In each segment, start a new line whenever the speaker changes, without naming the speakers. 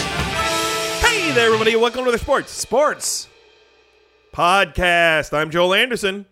Hey there, everybody. Welcome to the Sports
Sports.
Podcast. I'm Joel Anderson.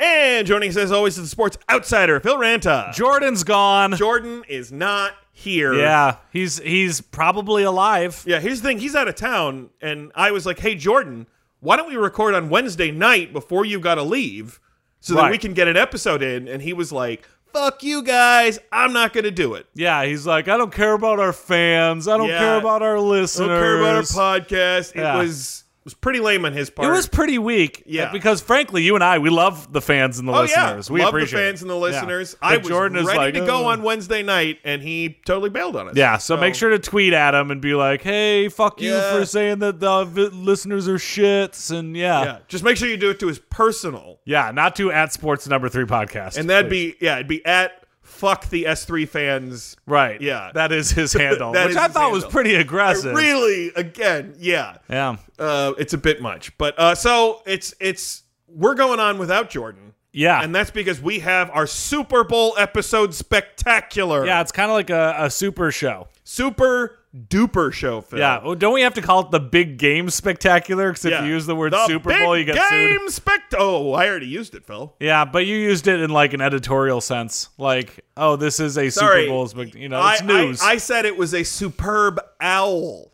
And joining us as always is the sports outsider, Phil Ranta.
Jordan's gone.
Jordan is not here.
Yeah, he's he's probably alive.
Yeah, here's the thing. He's out of town, and I was like, hey, Jordan, why don't we record on Wednesday night before you got to leave so that
Right.
we can get an episode in? And he was like, fuck you guys. I'm not going to do it.
Yeah, he's like, I don't care about our fans. I don't
Yeah.
care about our
I
listeners.
don't care about our podcast.
Yeah.
It was was pretty lame on his part.
It was pretty weak. uh,
Yeah.
because frankly, you and I, we love the fans and the
Oh
listeners.
yeah,
We
love
appreciate
the fans
it.
and the
Yeah.
listeners.
But
I was
Jordan is
ready
like,
to go
"Oh."
on Wednesday night, and he totally bailed on us.
Yeah, so, make sure to tweet at him and be like, "Hey, fuck you
Yeah.
for saying that the vi- listeners are shits," and yeah,
Yeah, just make sure you do it to his personal,
Yeah, not to at sports number three podcast,
and that'd
please.
be yeah, it'd be at fuck the S three fans.
right.
Yeah.
that is his handle,
That
which
is
I
his
thought was
handle.
pretty aggressive.
Really, again, yeah,
yeah,
uh, it's a bit much, but uh, so it's it's we're going on without Jordan,
yeah,
and that's because we have our Super Bowl episode spectacular.
yeah. It's kind of like a, a super show.
super duper show, Phil.
Yeah. Oh, don't we have to call it the big game spectacular? Because if
Yeah.
you use the word
The
Super Bowl,
big
you get
game
sued.
spect. Oh, I already used it, Phil.
Yeah, but you used it in like an editorial sense, like, "Oh, this is a
Sorry.
Super Bowl." Spect- you know,
I,
it's news.
I, I said it was a superb owl.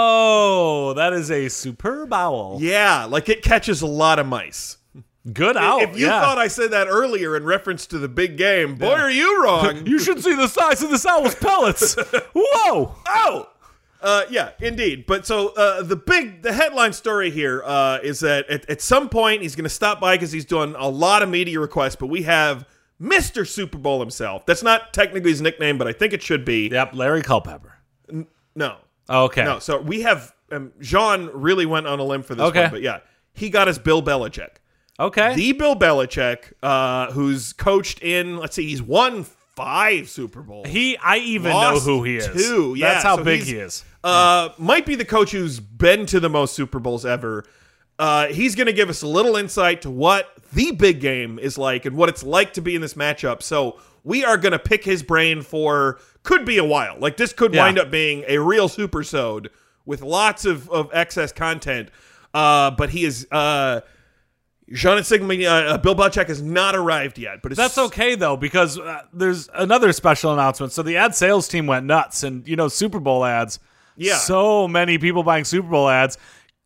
oh, that is a superb owl.
Yeah, like it catches a lot of mice.
Good owl.
if you
Oh, yeah.
thought I said that earlier in reference to the big game, boy, are you wrong.
you should see the size of this owl's pellets. Whoa.
oh, uh, yeah, indeed. But so uh, the big, the headline story here uh, is that at, at some point he's going to stop by because he's doing a lot of media requests. But we have Mister Super Bowl himself. That's not technically his nickname, but I think it should be.
Yep, Larry Culpepper.
No,
Okay.
No, so we have um, Jean really went on a limb for this
Okay.
one, but yeah, he got us Bill Belichick,
Okay.
the Bill Belichick uh, who's coached in. Let's see, he's won five Super Bowls.
he I even know
Lost
who he is.
two, yeah,
That's how
so
big
he's-
he is.
uh, might be the coach who's been to the most Super Bowls ever. Uh, he's going to give us a little insight to what the big game is like and what it's like to be in this matchup. So we are going to pick his brain for could be a while. Like this could
Yeah.
wind up being a real super sode with lots of, of excess content. Uh, but he is uh, Jean and Sigma. Uh, Bill Belichick has not arrived yet, but it's,
That's okay though because uh, there's another special announcement. So the ad sales team went nuts and you know Super Bowl ads.
Yeah.
So many people buying Super Bowl ads.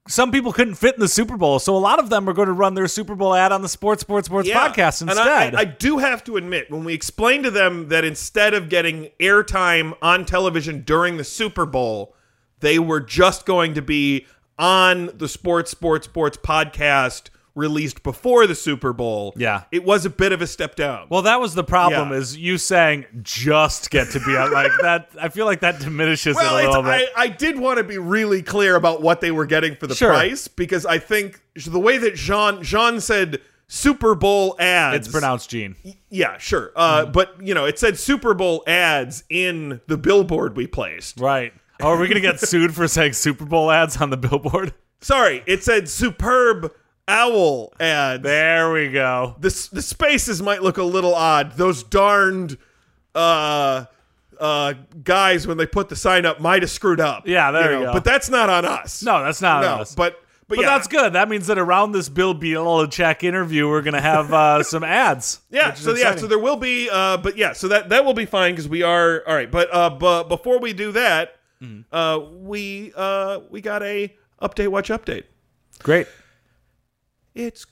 Some people couldn't fit in the Super Bowl, so a lot of them are going to run their Super Bowl ad on the Sports Sports Sports
Yeah.
podcast
And I-
instead.
I, I do have to admit, when we explained to them that instead of getting airtime on television during the Super Bowl, they were just going to be on the Sports, Sports, Sports podcast released before the Super Bowl.
Yeah.
It was a bit of a step down.
well, that was the problem
Yeah.
is you saying just get to be on like that. I feel like that diminishes
Well,
it a
it's,
little bit.
I, I did want to be really clear about what they were getting for the
Sure.
price because I think the way that Jean Jean said Super Bowl ads
it's pronounced Gene.
Yeah, sure. Uh,
Hmm.
But you know, it said Super Bowl ads in the billboard we placed.
Right. Oh, are we going to get sued for saying Super Bowl ads on the billboard?
Sorry, it said superb owl ads.
There we go.
the s- the spaces might look a little odd. Those darned uh, uh, guys when they put the sign up might have screwed up.
Yeah, there you go.
But that's not on us.
No, that's not
no.
us.
But but,
But
yeah,
that's good. That means that around this Bill Belichick interview, we're going to have uh, some ads.
Yeah,
which is
so yeah,
exciting.
so there will be, uh, but yeah, so that that will be fine because we are all right. But uh, but before we do that, uh, we uh, we got a update. Watch update.
Great.
It's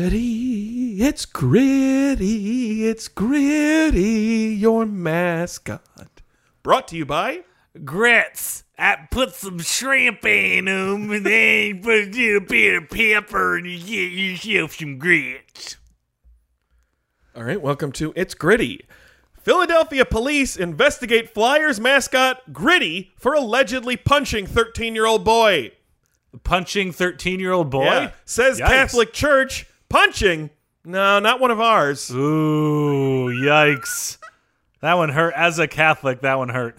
gritty. It's gritty. It's gritty. Your mascot. Brought to you by.
Grits. I put some shrimp in them, and then put a little bit of pepper, and you get yourself some grits.
All right, welcome to It's Gritty. Philadelphia police investigate Flyers mascot Gritty for allegedly punching 13-year-old boy.
Punching 13 year old boy?
Yeah. Says
Yikes.
Catholic Church punching. No, not one of ours.
Ooh, yikes. That one hurt. As a Catholic, that one hurt.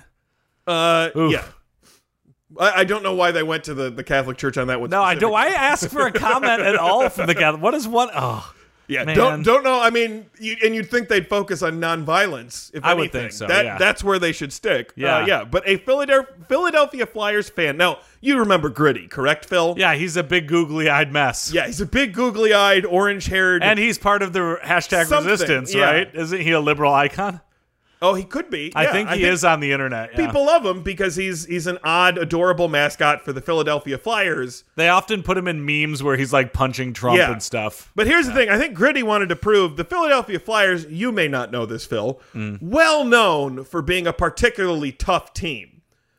Uh,
Oof.
yeah. I, I don't know why they went to the, the Catholic Church on that one.
No, I do.
specifically.
I ask for a comment at all from the guy. What is one? Oh,
Yeah,
Man.
don't don't know. I mean, you, and you'd think they'd focus on nonviolence. If
I would
anything.
think so,
That,
yeah.
That's where they should stick. Uh,
Yeah.
yeah. But a Philadelphia Philadelphia Flyers fan. Now you remember Gritty, correct, Phil?
yeah, he's a big googly-eyed mess.
Yeah, he's a big googly-eyed, orange-haired.
and he's part of the hashtag
Something,
resistance,
yeah.
right? Isn't he a liberal icon?
oh, he could be.
I
Yeah,
think he is on the internet. yeah.
People love him because he's he's an odd, adorable mascot for the Philadelphia Flyers.
they often put him in memes where he's like punching Trump
Yeah.
and stuff.
But here's the thing: I think Gritty wanted to prove the Philadelphia Flyers. You may not know this, Phil. Well known for being a particularly tough team.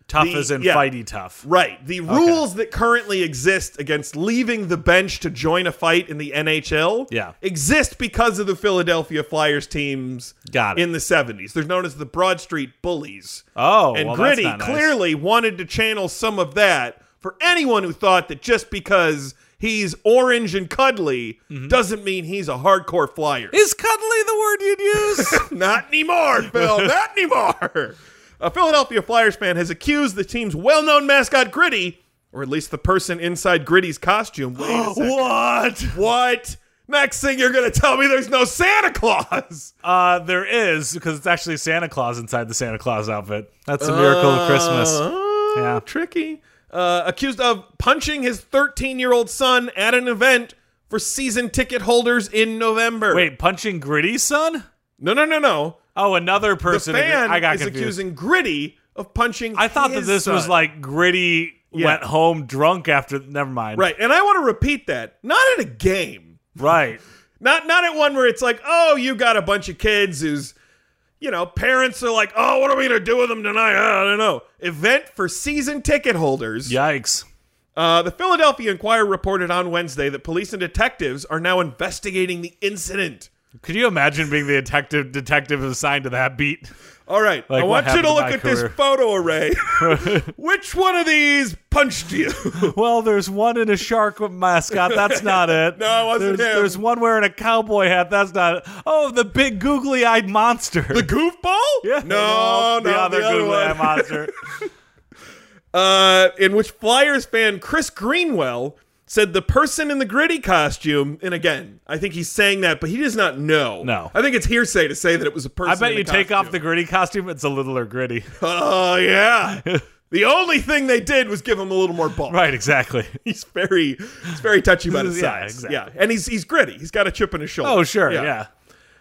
Tough
The-
as in
yeah.
fighty tough.
Right. The rules that currently exist against leaving the bench to join a fight in the NHL
Yeah.
exist because of the Philadelphia Flyers teams
Got it.
in the 70s. They're known as the Broad Street Bullies.
Oh,
and
well, that's
Gritty
not nice.
clearly wanted to channel some of that for anyone who thought that just because he's orange and cuddly
Mm-hmm.
doesn't mean he's a hardcore Flyer.
Is cuddly the word you'd use?
Not anymore, Phil. Not anymore. A Philadelphia Flyers fan has accused the team's well known mascot, Gritty, or at least the person inside Gritty's costume. Wait a second.
what?
what? Next thing you're going to tell me there's no Santa Claus.
Uh, there is because it's actually Santa Claus inside the Santa Claus outfit. That's the miracle of Christmas.
Oh,
Yeah.
Tricky. Uh, accused of punching his 13 year old son at an event for season ticket holders in November.
Wait, punching Gritty's son?
No, no, no, no.
Oh, another
The
person.
fan
I got
is
confused.
accusing Gritty of punching
I thought that
his
this was
son.
like Gritty
Yeah.
went home drunk after. Never mind.
Right. And I want to repeat that. Not at a game.
Right.
Not not at one where it's like, oh, you got a bunch of kids whose, you know, parents are like, oh, what are we gonna do with them tonight? Uh, I don't know. Event for season ticket holders.
Yikes.
Uh, the Philadelphia Inquirer reported on Wednesday that police and detectives are now investigating the incident.
Could you imagine being the detective detective assigned to that beat?
All right,
Like,
I
what
want you
happened
to
to
look
my
at
career?
this photo array. Which one of these punched you?
Well, there's one in a shark mascot. That's not it.
No, it wasn't
there's,
him.
There's one wearing a cowboy hat. That's not it. Oh, the big googly-eyed monster.
the goofball?
yeah.
No, no,
the other
one.
googly-eyed monster.
uh, in which Flyers fan Chris Greenwell said the person in the gritty costume, and again, I think he's saying that, but he does not know.
No.
I think it's hearsay to say that it was a person.
I bet
in
you
the
take off the
costume.
gritty costume. It's a littler gritty.
Oh yeah. the only thing they did was give him a little more ball.
right. Exactly.
He's very, he's very touchy about his
Yeah,
size.
exactly.
Yeah, and he's he's gritty. He's got a chip in his shoulder.
Oh, sure. Yeah.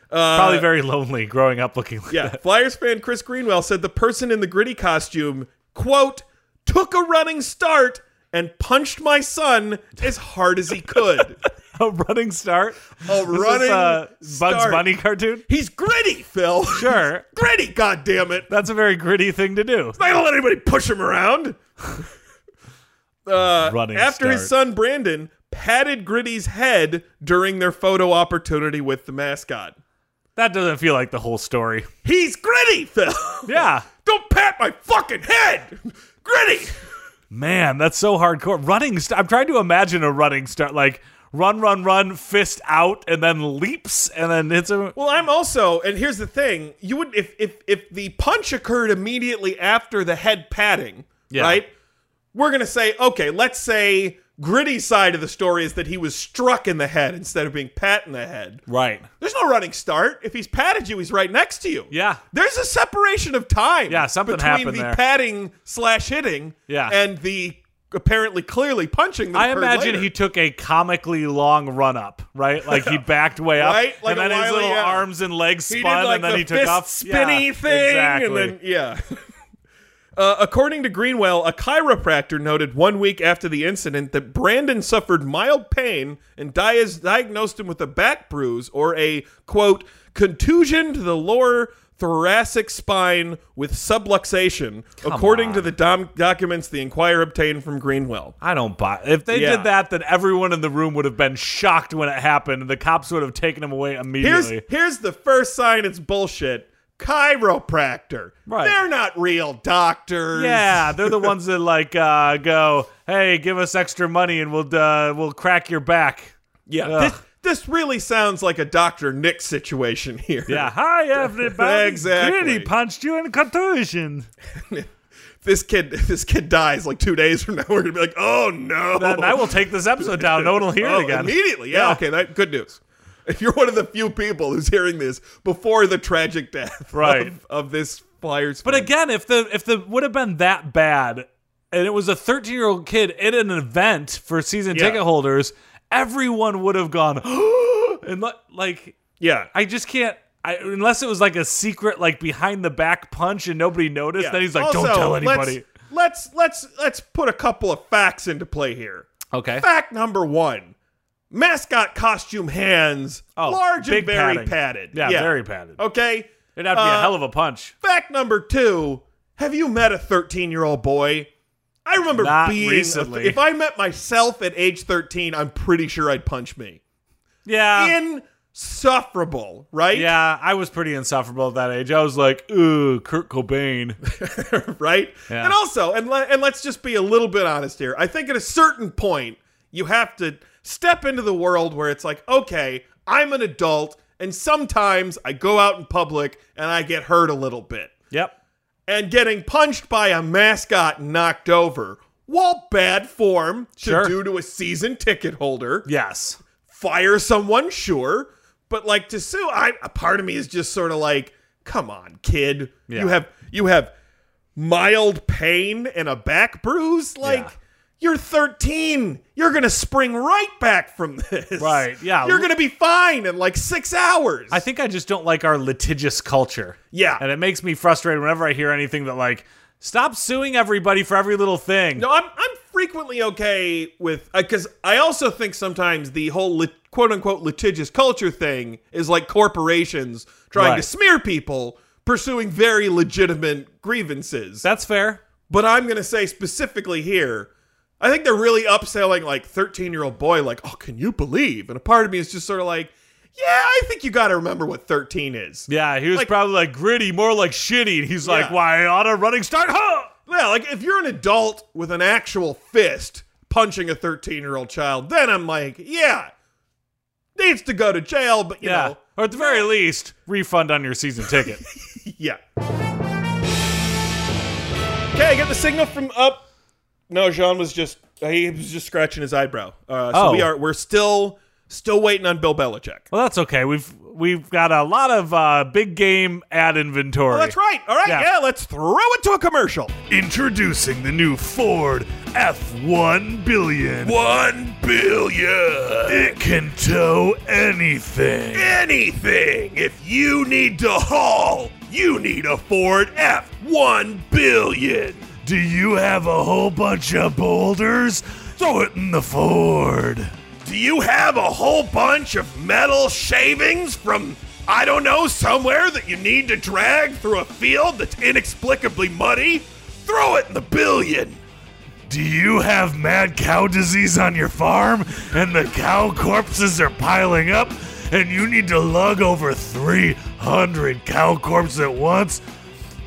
Probably very lonely growing up looking like
Uh, Yeah, Flyers fan Chris Greenwell said the person in the gritty costume, quote, took a running start and punched my son as hard as he could.
a running start.
a
This is,
running
uh, Bugs
start.
Bunny cartoon.
He's gritty, Phil.
Sure.
gritty, goddammit.
That's a very gritty thing to do.
Not gonna let anybody push him around. Uh,
Running
after his
start.
son Brandon patted Gritty's head during their photo opportunity with the mascot.
That doesn't feel like the whole story.
He's gritty, Phil.
Yeah.
Don't pat my fucking head. Gritty.
Man, that's so hardcore. Running st- I'm trying to imagine a running start like run run run fist out and then leaps and then hits a
Well, I'm also, and here's the thing: you would if if if the punch occurred immediately after the head patting,
Yeah.
right? We're gonna say, okay, let's say gritty side of the story is that he was struck in the head instead of being pat in the head.
Right.
There's no running start. If he's patted you, he's right next to you.
Yeah.
There's a separation of time.
Yeah, something
between
happened
the
there.
patting slash hitting.
Yeah.
and the apparently clearly punching. That
I
occurred
imagine
later.
he took a comically long run up, right? Like he backed way up,
Right? Like
and
a
then
Wile
his
E.
little
Coyote.
arms and legs spun,
He did, like,
and then
the
he took
fist
off
spinny
Yeah,
thing,
Exactly.
and then yeah. Uh, according to Greenwell, a chiropractor noted one week after the incident that Brandon suffered mild pain and dia- diagnosed him with a back bruise or a quote contusion to the lower thoracic spine with subluxation, according to the dom- documents the Inquirer obtained from Greenwell.
I don't buy. If they
Yeah.
did that, then everyone in the room would have been shocked when it happened, and the cops would have taken him away
Here's
immediately.
here's the first sign it's bullshit. Chiropractor.
Right.
They're not real doctors.
Yeah, they're the ones that like uh, go, "Hey, give us extra money and we'll uh, we'll crack your back."
Yeah.
Ugh.
This, this really sounds like a Dr. Nick situation here.
Yeah, hi everybody.
Exactly.
Kitty punched you in contusion.
this kid this kid dies like two days from now, we're gonna be like, oh no.
And I will take this episode down. No one will hear
Oh,
it again.
Immediately. Yeah,
Yeah.
okay, that good news. If you're one of the few people who's hearing this before the tragic death
Right.
of, of this Flyers
But again, if the if the would have been that bad, and it was a 13 year old kid at an event for season
Yeah.
ticket holders, everyone would have gone and li- like
yeah.
I just can't. I, unless it was like a secret, like behind the back punch, and nobody noticed.
yeah.
Then he's like,
Also,
"Don't tell
let's-
anybody."
Let's, let's let's put a couple of facts into play here.
Okay.
Fact number one: mascot costume hands
Oh,
large and
big
very
padding.
padded.
Yeah, very padded.
Okay.
It'd have to be
Uh,
a hell of a punch.
Fact number two: Have you met a 13 year old boy? I remember
Not
being a-
recently.
if I met myself at age 13, I'm pretty sure I'd punch me.
Yeah.
Insufferable, right?
Yeah, I was pretty insufferable at that age. I was like, ooh, Kurt Cobain.
right?
Yeah.
And also, and le- and let's just be a little bit honest here. I think at a certain point, you have to step into the world where it's like, okay, I'm an adult, and sometimes I go out in public and I get hurt a little bit.
yep.
And getting punched by a mascot and knocked over, what bad form to
Sure.
do to a season ticket holder?
Yes.
Fire someone, sure, but like to sue, I a part of me is just sort of like, come on, kid,
Yeah.
you have you have mild pain and a back bruise, like.
Yeah.
You're 13. You're gonna spring right back from this,
Right, yeah.
You're gonna be fine in like six hours.
I think I just don't like our litigious culture.
Yeah.
And it makes me frustrated whenever I hear anything that, like, stop suing everybody for every little thing.
No, I'm I'm frequently okay with because I also think sometimes the whole lit, quote unquote litigious culture thing is like corporations trying to
Right.
smear people pursuing very legitimate grievances.
That's fair.
but I'm gonna say specifically here, I think they're really upselling like 13 year old boy like, oh, can you believe? And a part of me is just sort of like, yeah, I think you got to remember what 13 is.
Yeah, he was probably like gritty, more like shitty. And he's like,
Yeah.
why on a running start? Huh!
Yeah, like if you're an adult with an actual fist punching a 13 year old child, then I'm like, yeah, needs to go to jail, but you
Yeah.
know,
Or at the very least, refund on your season ticket.
yeah. Okay, I get the signal from up. No, Jean was just he was just scratching his eyebrow. Uh, so
Oh.
we are we're still still waiting on Bill Belichick.
well, that's okay. We've we've got a lot of uh, big game ad inventory.
Well, that's right. All right, yeah.
Yeah.
let's throw it to a commercial.
Introducing the new Ford F1 billion.
One billion.
It can tow anything.
anything. If you need to haul, you need a Ford F one billion.
Do you have a whole bunch of boulders? Throw it in the Ford.
Do you have a whole bunch of metal shavings from I don't know somewhere that you need to drag through a field that's inexplicably muddy? Throw it in the billion.
Do you have mad cow disease on your farm and the cow corpses are piling up and you need to lug over 300 cow corpses at once?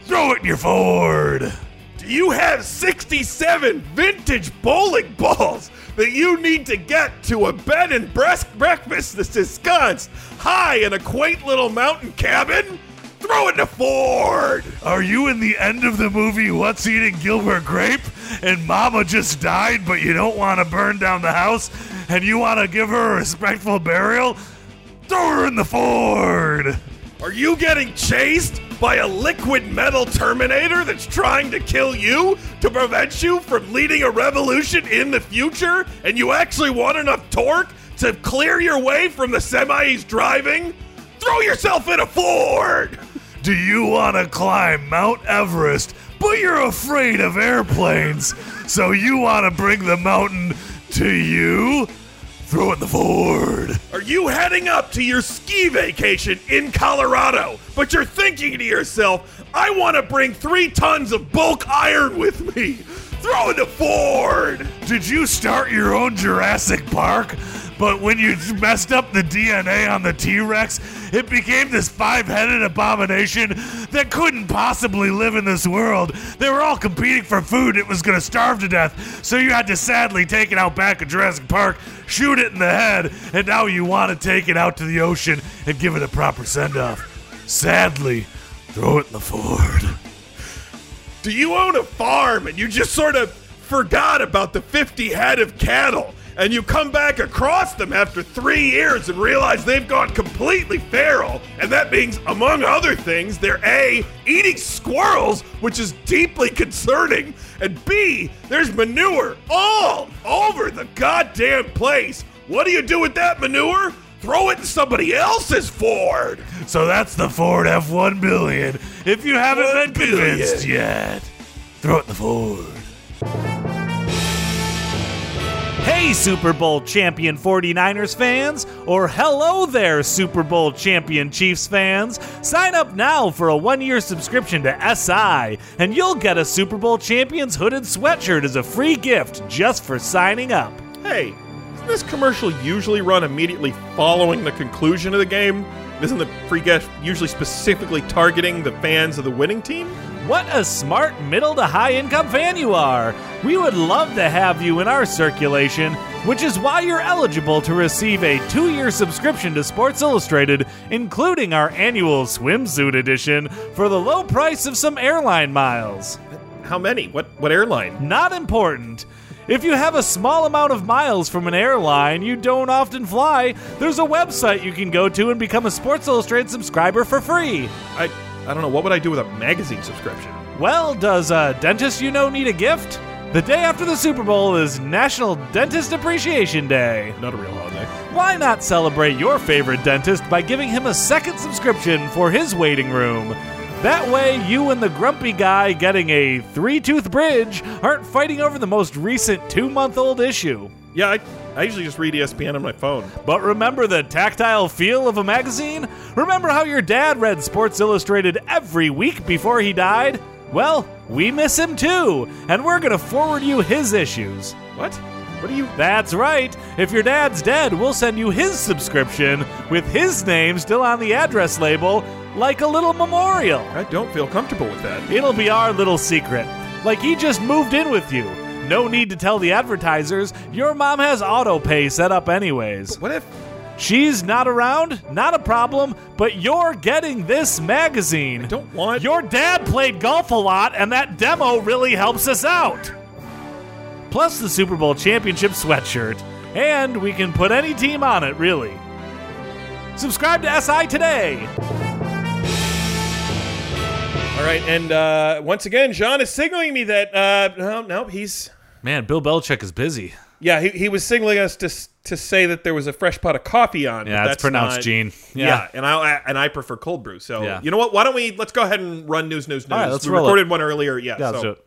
Throw it in your Ford.
Do you have 67 vintage bowling balls that you need to get to a bed and breast breakfast that's ensconced high in a quaint little mountain cabin? Throw it to Ford!
Are you in the end of the movie What's Eating Gilbert Grape? And Mama just died, but you don't want to burn down the house and you want to give her a respectful burial? Throw her in the Ford.
Are you getting chased by a liquid metal Terminator that's trying to kill you to prevent you from leading a revolution in the future? And you actually want enough torque to clear your way from the semi he's driving? Throw yourself in a Ford!
Do you want to climb Mount Everest, but you're afraid of airplanes, so you want to bring the mountain to you? Throw it in the Ford.
Are you heading up to your ski vacation in Colorado, but you're thinking to yourself, I want to bring three tons of bulk iron with me? Throw in the Ford!
Did you start your own Jurassic Park? But when you messed up the DNA on the T Rex, it became this five headed abomination that couldn't possibly live in this world. They were all competing for food, it was gonna starve to death, so you had to sadly take it out back of Jurassic Park, shoot it in the head, and now you wanna take it out to the ocean and give it a proper send off. Sadly, throw it in the Ford.
Do you own a farm and you just sort of forgot about the 50 head of cattle? And you come back across them after three years and realize they've gone completely feral. And that means, among other things, they're A, eating squirrels, which is deeply concerning, and B, there's manure all over the goddamn place. What do you do with that manure? Throw it in somebody else's Ford.
So that's the Ford F1 billion. If you haven't been
billion.
convinced yet, throw it in the Ford.
Hey, Super Bowl champion 49ers fans, or hello there, Super Bowl champion Chiefs fans. Sign up now for a one year subscription to SI, and you'll get a Super Bowl champion's hooded sweatshirt as a free gift just for signing up.
Hey, doesn't this commercial usually run immediately following the conclusion of the game? Isn't the free gift usually specifically targeting the fans of the winning team?
What a smart middle to high income fan you are! We would love to have you in our circulation, which is why you're eligible to receive a two year subscription to Sports Illustrated, including our annual swimsuit edition, for the low price of some airline miles.
How many? What what airline?
Not important. If you have a small amount of miles from an airline you don't often fly, there's a website you can go to and become a Sports Illustrated subscriber for free.
I I don't know. What would I do with a magazine subscription?
Well, does a dentist you know need a gift? The day after the Super Bowl is National Dentist Appreciation Day.
Not a real holiday.
Why not celebrate your favorite dentist by giving him a second subscription for his waiting room? That way, you and the grumpy guy getting a three tooth bridge aren't fighting over the most recent two month old issue.
Yeah, I, I usually just read E ESPN on my phone.
But remember the tactile feel of a magazine? Remember how your dad read Sports Illustrated every week before he died? Well, we miss him too, and we're going to forward you his issues.
What? What are you?
That's right. If your dad's dead, we'll send you his subscription with his name still on the address label, like a little memorial.
I don't feel comfortable with that.
It'll be our little secret. Like he just moved in with you. No need to tell the advertisers. Your mom has auto pay set up, anyways.
What if?
She's not around, not a problem, but you're getting this magazine.
don't want-
Your dad played golf a lot, and that demo really helps us out. Plus the Super Bowl championship sweatshirt, and we can put any team on it, really. Subscribe to SI today.
All right, and uh, once again, John is signaling me that uh, no, no, he's
Man, Bill Belichick is busy.
yeah, he, he was signaling us to s- to say that there was a fresh pot of coffee on. but
Yeah, that's, pronounced
not-
Gene.
Yeah. and I and I prefer cold brew. So
Yeah.
you know what? Why don't we let's go ahead and run news, news, news.
All right, let's
we
roll
recorded one earlier. Yeah,
Yeah,
so
let's do it.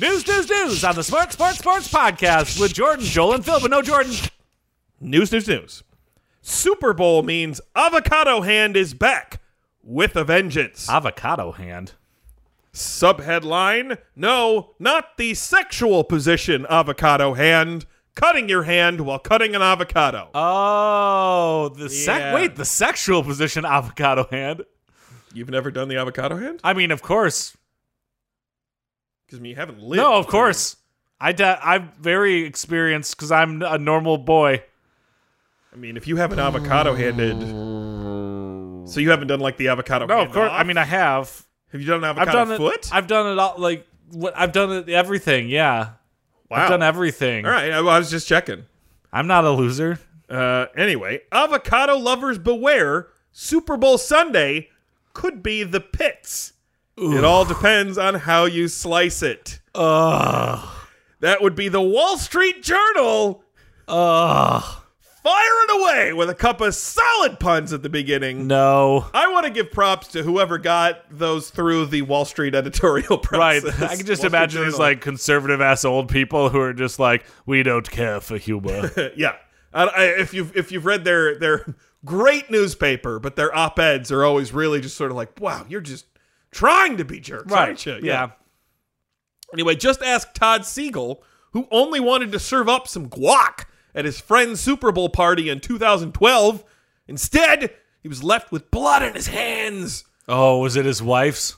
News, news, news on the Smart Sports Sports Podcast with Jordan, Joel, and Phil, but no Jordan.
news, news, news. Super Bowl means avocado hand is back with a vengeance.
Ah. Avocado hand.
Subheadline: No, not the sexual position avocado hand. Cutting your hand while cutting an avocado.
Ah. Oh, the sec.
Yeah.
Wait, the sexual position avocado hand.
You've never done the avocado hand?
I mean, of course.
Because I mean, you haven't lived.
No, of course. I da- I'm very experienced because I'm a normal boy.
I mean, if you have an avocado handed, so you haven't done like the avocado.
No, Oh, of course.
handoff?
I mean, I have.
have you done an
I've
avocado
done it.
foot?
I've done it all. Like what? I've done it. Everything. Yeah.
Wow.
I've done everything.
All right, I, I was just checking.
I'm not a loser.
Uh, anyway, avocado lovers beware. Super Bowl Sunday could be the pits. It all depends on how you slice it.
Ugh.
That would be the Wall Street Journal
Ugh.
firing away with a cup of solid puns at the beginning.
No.
I want to give props to whoever got those through the Wall Street editorial
Right.
process.
I can just
Wall Street
imagine these
Journal.
like conservative ass old people who are just like, we don't care for humor.
yeah. I, I, if you've if you've read their their great newspaper, but their op eds are always really just sort of like, wow, you're just trying to be jerks, aren't you?
yeah.
Anyway, just ask Todd Siegel, who only wanted to serve up some guac at his friend's Super Bowl party in 2012. Instead, he was left with blood in his hands.
Oh, was it his wife's?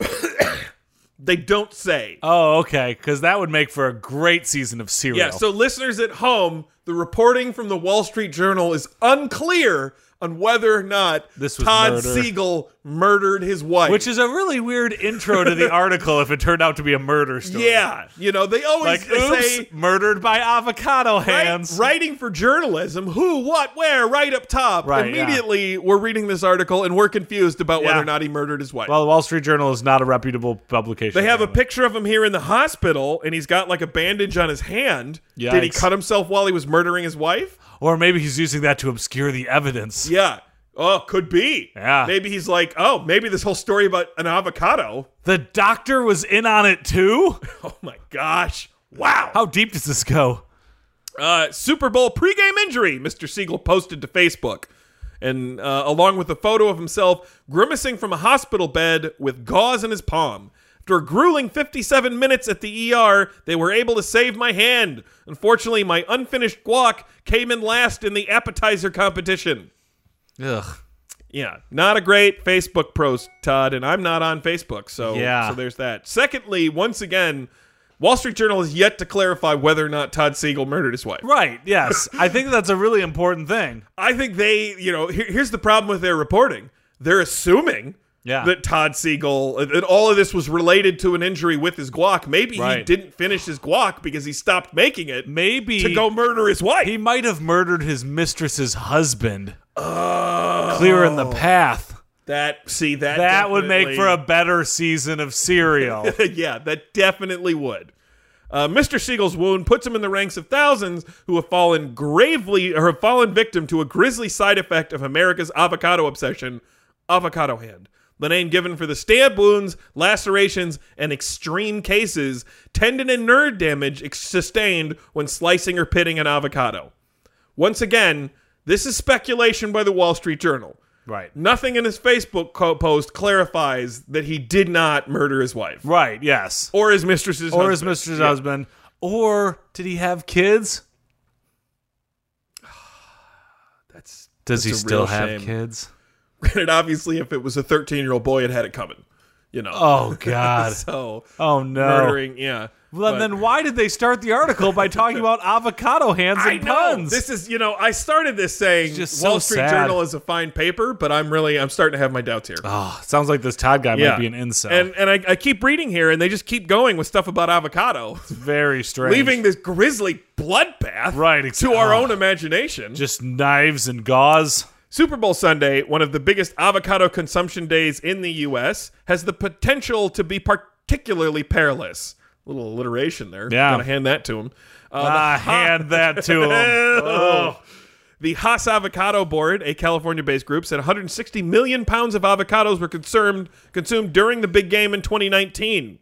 They don't say.
Oh, okay. Because that would make for a great season of cereal.
Yeah, so listeners at home, the reporting from the Wall Street Journal is unclear on whether or not
This was
Todd
murder.
Siegel murdered his wife.
Which is a really weird intro to the article if it turned out to be a murder story.
yeah, you know they always
Like,
they
oops,
say
murdered by avocado
Right-
hands.
writing for journalism, who, what, where, right up top.
Right,
Immediately, we're reading this article and we're confused about whether
Yeah.
or not he murdered his wife.
Well, the Wall Street Journal is not a reputable publication.
they have a
apparently.
picture of him here in the hospital, and he's got like a bandage on his hand. Did he
Yikes.
cut himself while he was murdering his wife?
Or maybe he's using that to obscure the evidence.
Yeah. Oh, could be.
Yeah.
Maybe he's like, oh, maybe this whole story about an avocado.
The doctor was in on it too?
Oh my gosh. Wow.
How deep does this go?
Uh, Super Bowl pregame injury, Mr. Siegel posted to Facebook. And uh, along with a photo of himself grimacing from a hospital bed with gauze in his palm. After a grueling 57 minutes at the ER, they were able to save my hand. Unfortunately, my unfinished guac came in last in the appetizer competition.
Ugh.
Yeah, not a great Facebook post, Todd, and I'm not on Facebook, so
Yeah.
so there's that. Secondly, once again, Wall Street Journal has yet to clarify whether or not Todd Siegel murdered his wife.
Right, yes. I think that's a really important thing.
I think they, you know, here, here's the problem with their reporting. They're assuming
Yeah.
that Todd Siegel, that all of this was related to an injury with his guac. Maybe he
Right.
didn't finish his guac because he stopped making it
Maybe
to go murder his wife.
he might have murdered his mistress's husband. Clearing
Oh.
the path.
that, see, that
That would make for
definitely-
a better season of cereal.
yeah, that definitely would. Uh, Mr. Siegel's wound puts him in the ranks of thousands who have fallen gravely or have fallen victim to a grisly side effect of America's avocado obsession, avocado hand. The name given for the stab wounds, lacerations, and extreme cases, tendon and nerve damage ex- sustained when slicing or pitting an avocado. Once again, this is speculation by the Wall Street Journal.
right.
Nothing in his Facebook co- post clarifies that he did not murder his wife
Right, yes.
or his mistress's
Or his
husband.
mistress's husband. Or did he have kids?
That's
Does he
That's a
still
real
have
shame.
kids?
granted. Obviously, if it was a 13 year old boy, it had it coming. You know.
Oh God.
so
Oh no.
murdering. Yeah.
Well,
But-
then why did they start the article by talking about avocado hands
I
and
know
puns?
this is you know I started this saying
just
Wall
so
Street
sad.
Journal is a fine paper, but I'm really I'm starting to have my doubts here.
oh, sounds like this Todd guy
Yeah.
might be an incel.
And and I, I keep reading here, and they just keep going with stuff about avocado,
Very strange.
leaving this grisly bloodbath
Right, ex-
to our
oh.
own imagination.
just knives and gauze.
Super Bowl Sunday, one of the biggest avocado consumption days in the U.S., has the potential to be particularly perilous. little alliteration there.
Yeah.
Gotta hand that to him. Uh,
Ah, hand that to him. Oh.
The Haas Avocado Board, a California based group, said 160 million pounds of avocados were consumed, consumed during the big game in 2019.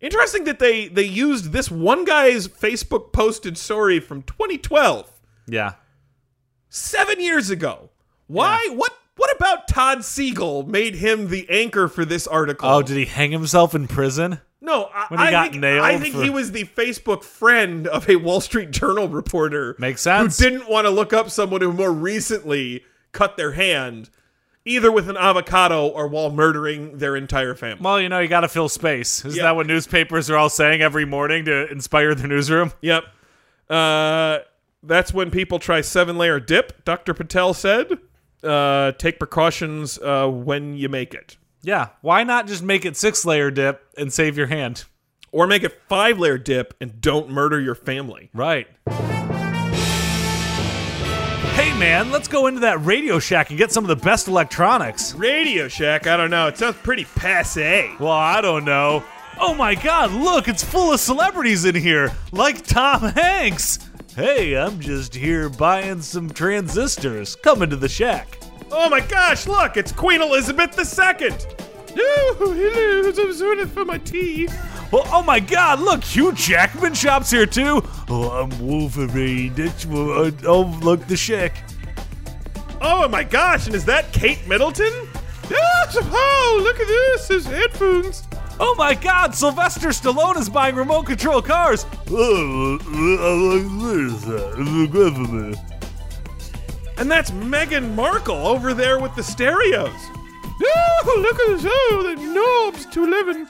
Interesting that they, they used this one guy's Facebook posted story from 2012
Yeah.
seven years ago. Why? What? What about Todd Siegel made him the anchor for this article?
Oh, did he hang himself in prison?
no, I,
when he
I
got
think,
nailed
I think
for-
he was the Facebook friend of a Wall Street Journal reporter.
Makes sense.
Who didn't want to look up someone who more recently cut their hand, either with an avocado or while murdering their entire family.
Well, you know, you got to fill space. Isn't
Yeah.
that what newspapers are all saying every morning to inspire their newsroom?
Yep. Uh, that's when people try seven layer dip. Dr. Patel said, uh, "Take precautions uh, when you make it."
Yeah. Why not just make it six layer dip and save your hand?
or make a five layer dip and don't murder your family.
Right. Hey, man, let's go into that Radio Shack and get some of the best electronics.
Radio Shack, I don't know. It sounds pretty passe.
Well, I don't know. Oh my god, look, it's full of celebrities in here, like Tom Hanks. Hey, I'm just here buying some transistors. Come into the shack.
Oh my gosh, look, it's Queen Elizabeth II. Oh, hello, I'm sorry for my tea.
Well, oh my god, look, Hugh Jackman shops here too. Oh, I'm Wolverine. That's what I- oh, look, the shack.
Oh my gosh, and is that Kate Middleton? Yes, oh, look at this, his headphones.
Oh my god, Sylvester Stallone is buying remote control cars. Oh, uh, I like this.
And that's Meghan Markle over there with the stereos. Oh, look at this, oh, the knobs to eleven.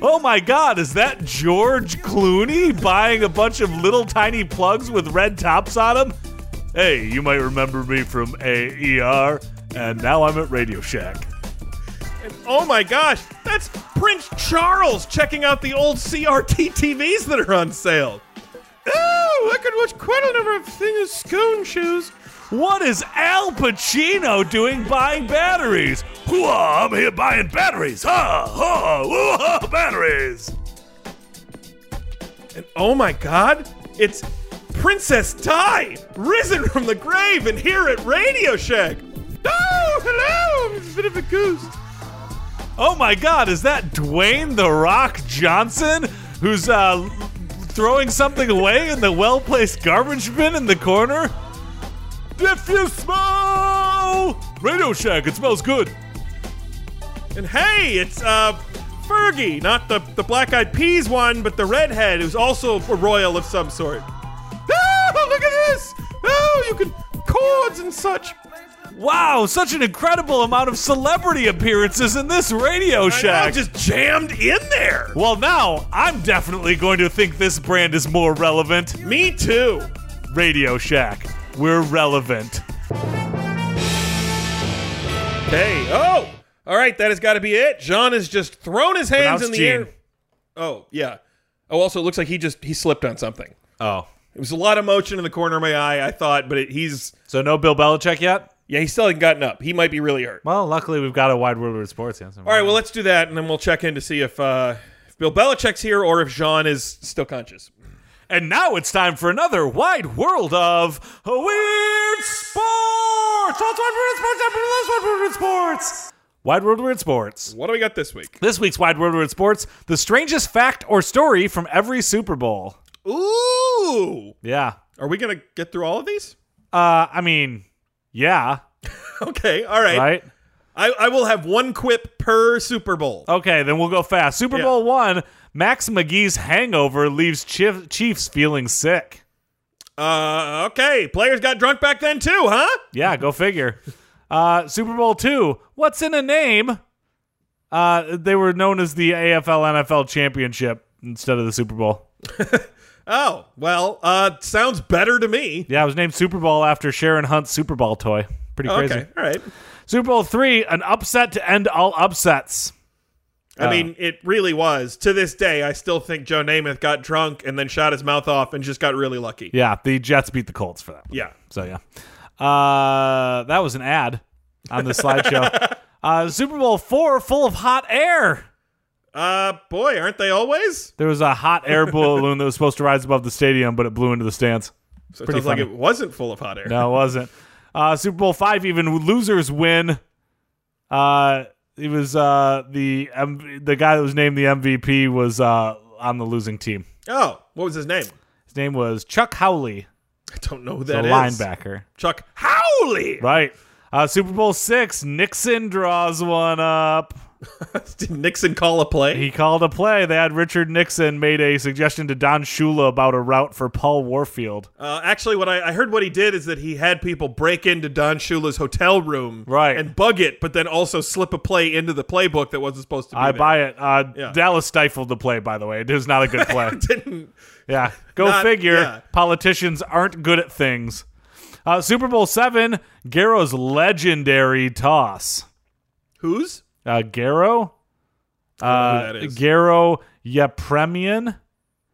Oh my god, is that George Clooney buying a bunch of little tiny plugs with red tops on them? E Hey, you might remember me from AER, and now I'm at Radio Shack.
And oh my gosh, that's Prince Charles checking out the old CRT TVs that are on sale. Oh, I could watch quite a number of things. Scone shoes.
What is Al Pacino doing buying batteries?
Hoo-ah, I'm here buying batteries. Ha ha, woo-ha, batteries.
And oh my god, it's Princess Di, risen from the grave and here at Radio Shack. Oh, hello, I'm a bit of a goose.
Oh my god, is that Dwayne The Rock Johnson who's uh, throwing something away in the well placed garbage bin in the corner? If you smell Radio Shack, it smells good.
And hey, it's uh, Fergie, not the, the black eyed peas one, but the redhead who's also a royal of some sort. Oh, look at this! Oh, you can chords and such.
Wow, such an incredible amount of celebrity appearances in this
I
Radio
know,
Shack.
just jammed in there.
well, now I'm definitely going to think this brand is more relevant.
Me too.
Radio Shack, we're relevant.
Hey, oh, all right, that has got to be it. John has just thrown his hands
Pronounce
in the
Gene.
air. Oh, yeah. Oh, also, it looks like he just he slipped on something.
Oh,
It was a lot of motion in the corner of my eye, I thought, but it, he's
so no Bill Belichick yet?
yeah, he still hasn't gotten up. He might be really hurt.
Well, luckily we've got a wide world of sports. Yeah,
All right, well, let's do that, and then we'll check in to see if uh, if Bill Belichick's here or if Jean is still conscious.
And now it's time for another wide world of weird sports. That's wide world of sports. That's wide world of sports. Wide world of weird sports.
What do we got this week?
This week's wide world of weird sports: the strangest fact or story from every Super Bowl.
Ooh,
Yeah.
are we gonna get through all of these?
Uh, I mean, yeah.
Okay, all right.
Right.
I, I will have one quip per Super Bowl.
Okay, then we'll go fast. Super
Yeah.
Bowl one. Max McGee's hangover leaves Chief- Chiefs feeling sick.
Uh, okay, players got drunk back then too, huh?
Yeah, go figure. Uh, Super Bowl two. What's in a name? Uh, they were known as the AFL NFL Championship instead of the Super Bowl.
Oh, well, uh, sounds better to me.
Yeah, it was named Super Bowl after Sharon Hunt's Super Bowl toy. Pretty crazy.
Oh, Okay, all right.
Super Bowl three, an upset to end all upsets.
I mean, it really was. To this day, I still think Joe Namath got drunk and then shot his mouth off and just got really lucky.
Yeah, the Jets beat the Colts for that. one.
Yeah.
So yeah, uh, that was an ad on the slideshow. uh, Super Bowl four, full of hot air.
Uh, boy, aren't they always?
There was a hot air balloon that was supposed to rise above the stadium, but it blew into the stands.
So it
Pretty
sounds like
funny.
it wasn't full of hot air.
No, it wasn't. Uh, Super Bowl five, even losers win. Uh, it was uh, the M- the guy that was named the MVP was uh, on the losing team.
Oh, what was his name?
His name was Chuck Howley,
I don't know who
the
that is.
linebacker.
Chuck Howley.
Right. Uh, Super Bowl six, Nixon draws one up.
Did Nixon call a play?
He called a play. They had Richard Nixon made a suggestion to Don Shula about a route for Paul Warfield.
Uh, actually, what I, I heard what he did is that he had people break into Don Shula's hotel room
Right.
and bug it, but then also slip a play into the playbook that wasn't supposed to be
I
there.
buy it. Uh,
Yeah.
Dallas stifled the play, by the way. It was not a good play.
Didn't.
yeah. Go
Not-
figure.
yeah.
Politicians aren't good at things. Uh, Super Bowl seven, Garrow's legendary toss.
Whose?
Uh, Garrow?
I
Uh,
don't know who that is.
Garrow Yepremian?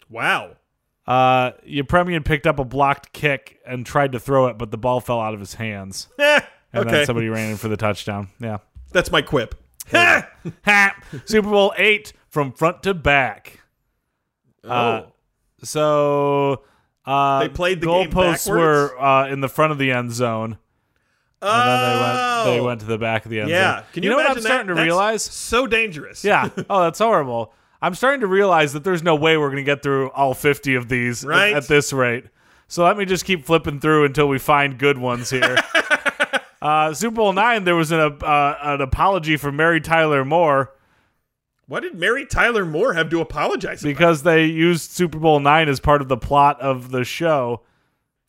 Wow.
Uh, Yepremian picked up a blocked kick and tried to throw it, but the ball fell out of his hands.
Eh,
And
okay.
then somebody ran in for the touchdown. Yeah.
That's my quip.
Ha! Ha! Super Bowl eight from front to back. Uh,
oh.
So uh,
They played the game
goalposts
backwards?
were uh, in the front of the end zone, and
oh.
then they went, they went to the back of the end
Yeah.
zone.
Can you,
know
imagine
what I'm starting
that?
to
That's
realize?
so dangerous.
Yeah. Oh, that's horrible. I'm starting to realize that there's no way we're going to get through all 50 of these at-
Right.
at, this rate. So let me just keep flipping through until we find good ones here. uh, Super Bowl nine, there was an uh, an apology for Mary Tyler Moore.
Why did Mary Tyler Moore have to apologize? about?
because they used Super Bowl nine as part of the plot of the show,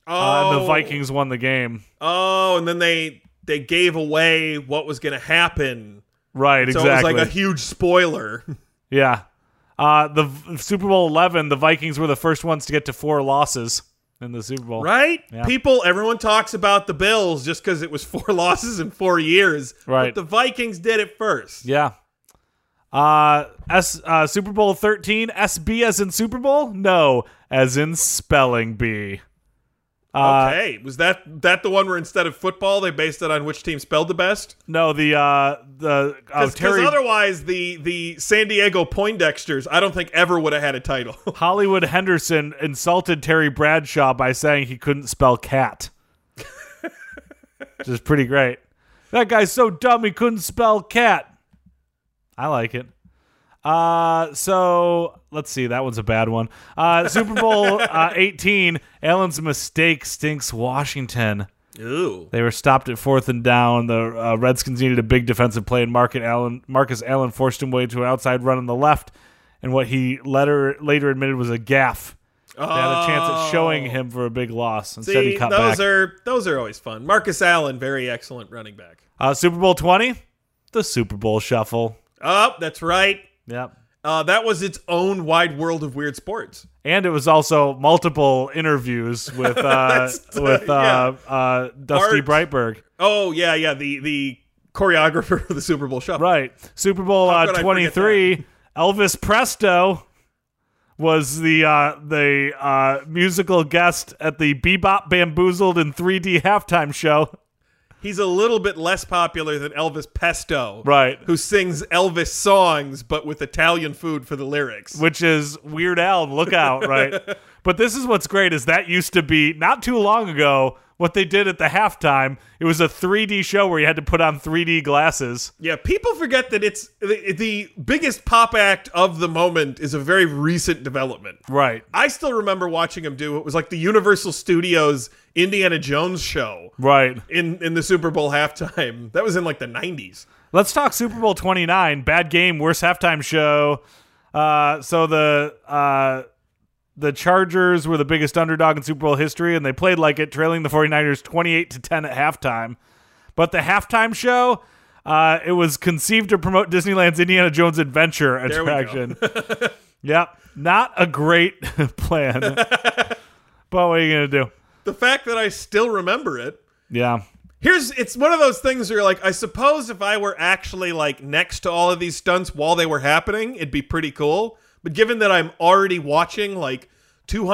uh,
oh,
and the Vikings won the game.
Oh, and then they they gave away what was going to happen.
Right,
So
exactly.
it was like a huge spoiler.
yeah, uh, the v- Super Bowl eleven, the Vikings were the first ones to get to four losses. in the Super Bowl.
Right?
Yeah.
People, everyone talks about the Bills just because it was four losses in four years.
Right.
But the Vikings did it first.
Yeah. Uh, S, uh, Super Bowl 13, SB as in Super Bowl? No, as in spelling bee. Uh,
Okay. was that that the one where instead of football they based it on which team spelled the best?
No, the, uh, the, oh,
Because
Terry
otherwise the the San Diego Poindexters I don't think ever would have had a title.
Hollywood Henderson insulted Terry Bradshaw by saying he couldn't spell cat. Which is pretty great. That guy's so dumb he couldn't spell cat. I like it. Uh, so let's see. That one's a bad one. Uh, Super Bowl uh, 18. Allen's mistake stinks Washington.
Ooh.
They were stopped at fourth and down. The uh, Redskins needed a big defensive play, and Marcus Allen, Marcus Allen forced him way to an outside run on the left, and what he later later admitted was a gaff. They had a chance at showing him for a big loss. Instead,
Oh. See,
he cut
those
back.
are those are always fun. Marcus Allen, very excellent running back.
uh, Super Bowl twenty, the Super Bowl shuffle.
Oh, that's right.
Yep.
Uh, that was its own wide world of weird sports.
And it was also multiple interviews with uh,
That's-
with uh, uh, Dusty
Art.
Brightberg.
Oh yeah, yeah. The the choreographer for the Super Bowl shuffle.
Right. Super Bowl
How
uh,
could I forget
23, Elvis Presto was the uh, the uh, musical guest at the Bebop Bamboozled in 3D halftime show.
He's a little bit less popular than Elvis Pesto,
Right.
Who sings Elvis songs but with Italian food for the lyrics.
Which is Weird Al, look out, right? but this is what's great is that used to be not too long ago what they did at the halftime. It was a 3D show where you had to put on 3D glasses.
Yeah, people forget that it's the, the biggest pop act of the moment is a very recent development.
Right.
I still remember watching him do it was like the Universal Studios Indiana Jones show
Right.
in in the Super Bowl halftime. That was in like the 90s.
Let's talk Super Bowl 29. Bad game, worst halftime show. Uh, so the uh, the Chargers were the biggest underdog in Super Bowl history, and they played like it, trailing the 49ers 28 to 10 at halftime. But the halftime show, uh, it was conceived to promote Disneyland's Indiana Jones Adventure
we go.
attraction. yep, not a great plan. but what are you gonna do?
The fact that I still remember it
Yeah,
Here's it's one of those things where you're like, I suppose if I were actually like next to all of these stunts while they were happening, it'd be pretty cool. But given that I'm already watching like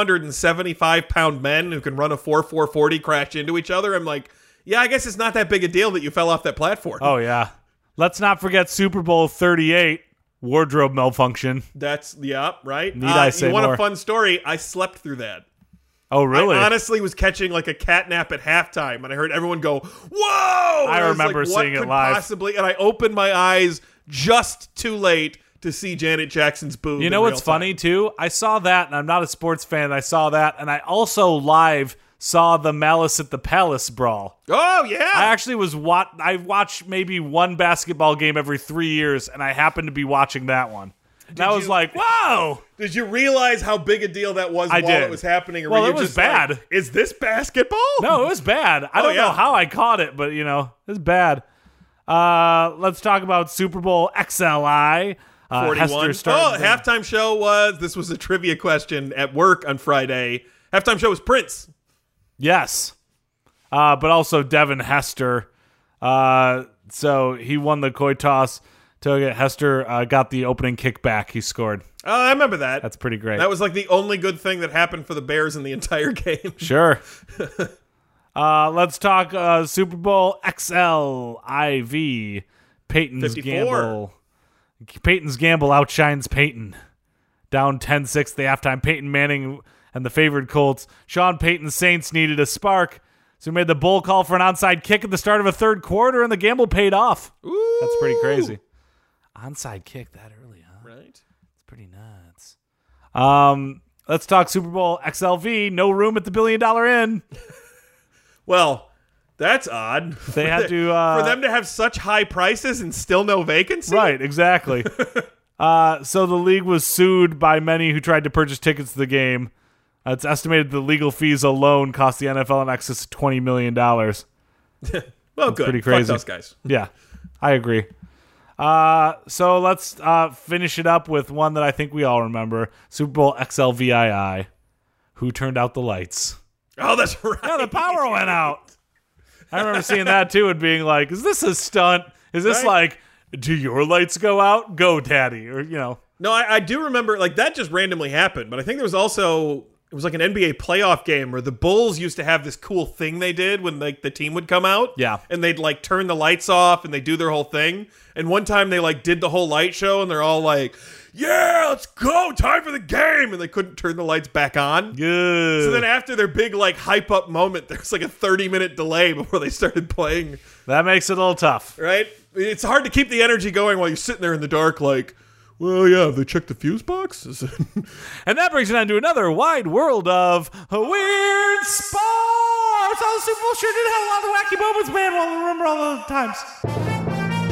275 pound men who can run a 4 440 crash into each other, I'm like, yeah, I guess it's not that big a deal that you fell off that platform.
oh yeah. Let's not forget Super Bowl 38 wardrobe malfunction.
That's yeah, right. Need
I say
you want
more?
a fun story? I slept through that.
Oh really?
I honestly was catching like a cat nap at halftime, and I heard everyone go, "Whoa!" And
I
was like,
remember
what
seeing it
could
live.
Possibly, and I opened my eyes just too late to see Janet Jackson's boob.
You know
in
what's
real time.
funny too? I saw that, and I'm not a sports fan. I saw that, and I also live saw the Malice at the Palace brawl.
Oh yeah,
I actually was wat. I watch maybe one basketball game every three years, and I happened to be watching that one. And I was
you-
like, "Whoa!"
did you realize how big a deal that was
I
while
did.
it was happening? Or
Well,
were you
it was
just like,
bad.
Is this basketball?
No, it was bad. I don't know
Oh, yeah.
how I caught it, but you know, it's bad. Uh, let's talk about Super Bowl XLI. Uh,
forty-one.
Hester
oh,
Stark-
halftime show was. This was a trivia question at work on Friday. Halftime show was Prince.
Yes. Uh, but also Devin Hester. Uh, so he won the coin toss. To Hester uh, got the opening kickback. He scored.
Oh, I remember that.
That's pretty great.
that was like the only good thing that happened for the Bears in the entire game.
sure. uh, let's talk uh, Super Bowl XLIV. Peyton's
54.
gamble. Peyton's gamble outshines Peyton. Down 10 6 the halftime. Peyton Manning and the favored Colts. Sean Payton's Saints needed a spark. So he made the bull call for an onside kick at the start of a third quarter, and the gamble paid off. That's pretty crazy. Onside kick that early, huh?
Right.
It's pretty nuts. Um, let's talk Super Bowl XLV. No room at the Billion Dollar Inn.
Well, that's odd.
They had to. Uh,
for them to have such high prices and still no vacancy.
Right, exactly. uh, so the league was sued by many who tried to purchase tickets to the game. Uh, it's estimated the legal fees alone cost the NFL in excess of $20 million.
Well, good.
pretty crazy.
Fuck those guys.
Yeah, I agree. Uh, so let's uh, finish it up with one that I think we all remember Super Bowl XLVII. Who turned out the lights?
Oh, that's right.
Yeah, the power went out. I remember seeing that too and being like, is this a stunt? Is this
Right.
like, do your lights go out? Go, daddy. Or, you know,
No, I, I do remember like that just randomly happened, but I think there was also it was like an NBA playoff game where the Bulls used to have this cool thing they did when like the team would come out.
Yeah.
And they'd like turn the lights off and they do their whole thing. And one time they like did the whole light show and they're all like, Yeah, let's go, time for the game and they couldn't turn the lights back on.
good.
So then after their big like hype up moment, there's like a 30 minute delay before they started playing
that makes it a little tough.
right? It's hard to keep the energy going while you're sitting there in the dark, like, well, yeah, have they checked the fuse box? Is it-
And that brings it on to another wide world of weird sports. Oh, the Super Bowl sure did have a lot of wacky moments, man. We'll remember all the times.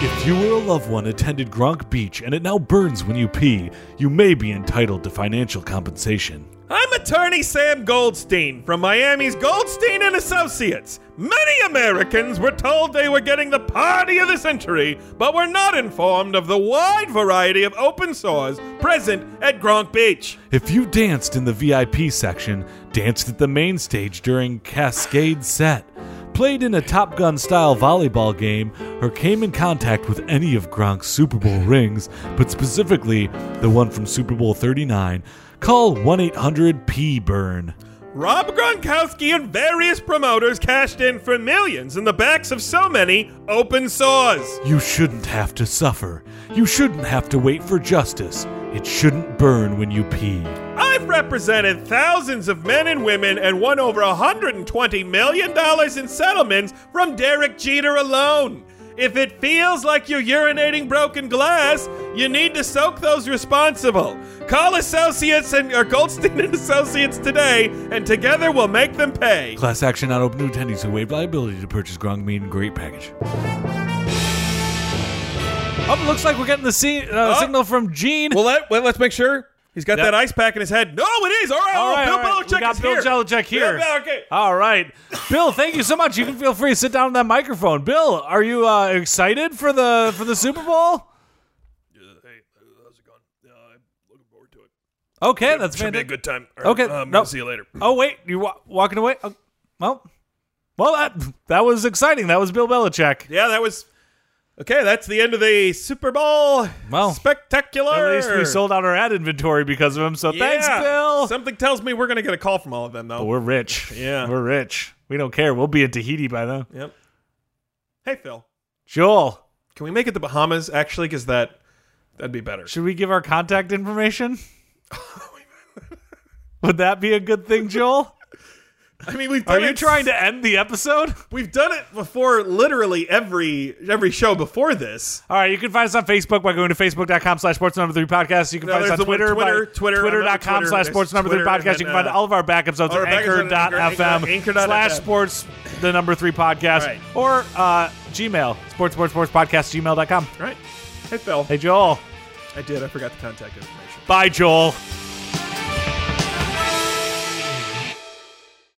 If you or a loved one attended Gronk Beach and it now burns when you pee, you may be entitled to financial compensation.
I'm attorney Sam Goldstein from Miami's Goldstein and Associates. Many Americans were told they were getting the party of the century, but were not informed of the wide variety of open sores present at Gronk Beach.
If you danced in the VIP section, danced at the main stage during Cascade Set, played in a Top Gun style volleyball game, or came in contact with any of Gronk's Super Bowl rings, but specifically the one from Super Bowl 39, call 1 800 P Burn.
Rob Gronkowski and various promoters cashed in for millions in the backs of so many open sores.
You shouldn't have to suffer. You shouldn't have to wait for justice. It shouldn't burn when you pee.
I've represented thousands of men and women and won over $120 million in settlements from Derek Jeter alone. If it feels like you're urinating broken glass, you need to soak those responsible. Call Associates and or Goldstein and Associates today, and together we'll make them pay.
Class action not open to attendees who waive liability to purchase Grung Meat and Great Package. Oh, it looks like we're getting the se- uh,
Oh.
signal from Gene.
Well, let, well let's make sure he's got
Yep.
that ice pack in his head. No, it is. All right,
all right,
Bill
all right.
Belichick
we got
is
Bill
here.
Belichick here.
Bill Belichick.
All right, Bill. Thank you so much. You can feel free to sit down on that microphone. Bill, are you uh, excited for the for the Super Bowl?
Hey, how's it going? Uh, I'm looking forward to it.
Okay, that's
Should be a
fantastic.
good time. All
Okay,
um,
no.
I'll see you later.
Oh wait, you wa- walking away? Oh, well, well, that that was exciting. That was Bill Belichick.
Yeah, that was okay. That's the end of the Super Bowl.
Well,
spectacular.
At least we sold out our ad inventory because of him. So
Yeah.
thanks, Bill.
Something tells me we're gonna get a call from all of them though.
But we're rich.
Yeah.
We're rich. We don't care. We'll be in Tahiti by then.
yep. Hey Phil,
Joel,
can we make it the Bahamas actually? Because that that'd be better.
should we give our contact information? Would that be a good thing, Joel?
I mean, we've
Are
done
you
it-
trying to end the episode?
We've done it before. Literally every every show before this.
All right, you can find us on Facebook by going to facebook.com slash sports number three podcast. You can
No,
find us on
there's the word
Twitter,
Twitter,
by
Twitter, I'm
twitter.com
on Twitter,
slash sports number three
Twitter, and
podcast. You
then,
can find
uh,
all of our back episodes
all
at
our back episodes at
anchor.fm
anchor-
slash
anchor.fm.
sports the number three podcast
Right.
or uh, Gmail, sports, sports, sports podcast, gmail.com.
All right. Hey Phil,
Hey, Joel.
I did. I forgot the contact information.
Bye, Joel.